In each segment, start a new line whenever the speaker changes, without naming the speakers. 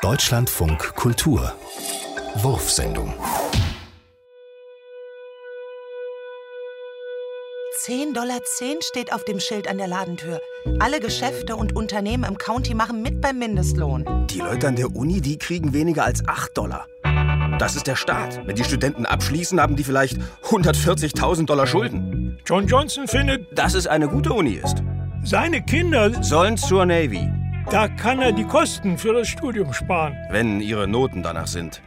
Deutschlandfunk Kultur. Wurfsendung.
10,10 Dollar steht auf dem Schild an der Ladentür. Alle Geschäfte und Unternehmen im County machen mit beim Mindestlohn.
Die Leute an der Uni, die kriegen weniger als 8 Dollar. Das ist der Staat. Wenn die Studenten abschließen, haben die vielleicht 140.000 Dollar Schulden.
John Johnson findet,
Dass es eine gute Uni ist.
seine Kinder,
Sollen zur Navy,
da kann er die Kosten für das Studium sparen.
wenn ihre Noten danach sind.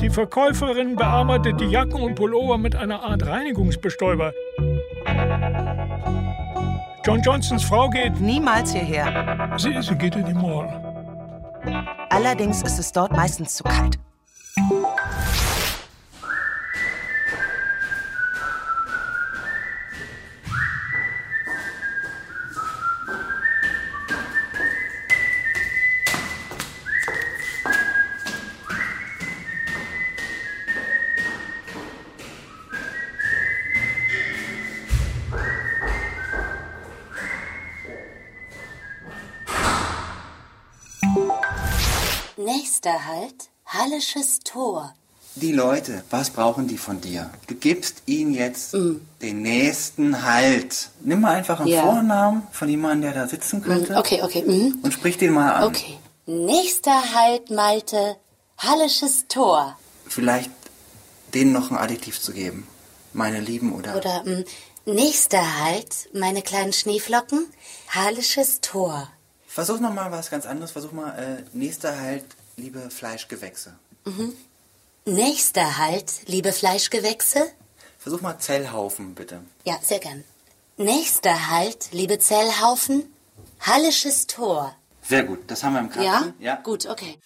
Die Verkäuferin bearbeitet die Jacken und Pullover mit einer Art Reinigungsbestäuber. John Johnsons Frau geht,
Niemals hierher.
sie, sie geht in die Mall.
Allerdings ist es dort meistens zu kalt.
Nächster Halt, Hallisches Tor.
Die Leute, was brauchen die von dir? Du gibst ihnen jetzt den nächsten Halt. Nimm mal einfach einen
Mhm. Ja.
Vornamen von jemandem, der da sitzen könnte
Okay, okay. mhm.
und sprich den mal an.
Okay. Nächster Halt, Malte, Hallisches Tor.
Vielleicht denen noch ein Adjektiv zu geben. Meine Lieben oder...
Oder mh, nächster Halt, meine kleinen Schneeflocken, Hallisches Tor.
Versuch noch mal was ganz anderes. Versuch mal, äh, nächster Halt, liebe Fleischgewächse.
Nächster Halt, liebe Fleischgewächse.
Versuch mal Zellhaufen, bitte.
Ja, sehr gern. Nächster Halt, liebe Zellhaufen, Hallisches Tor.
Sehr gut, das haben wir im Kasten.
Ja? Gut, okay.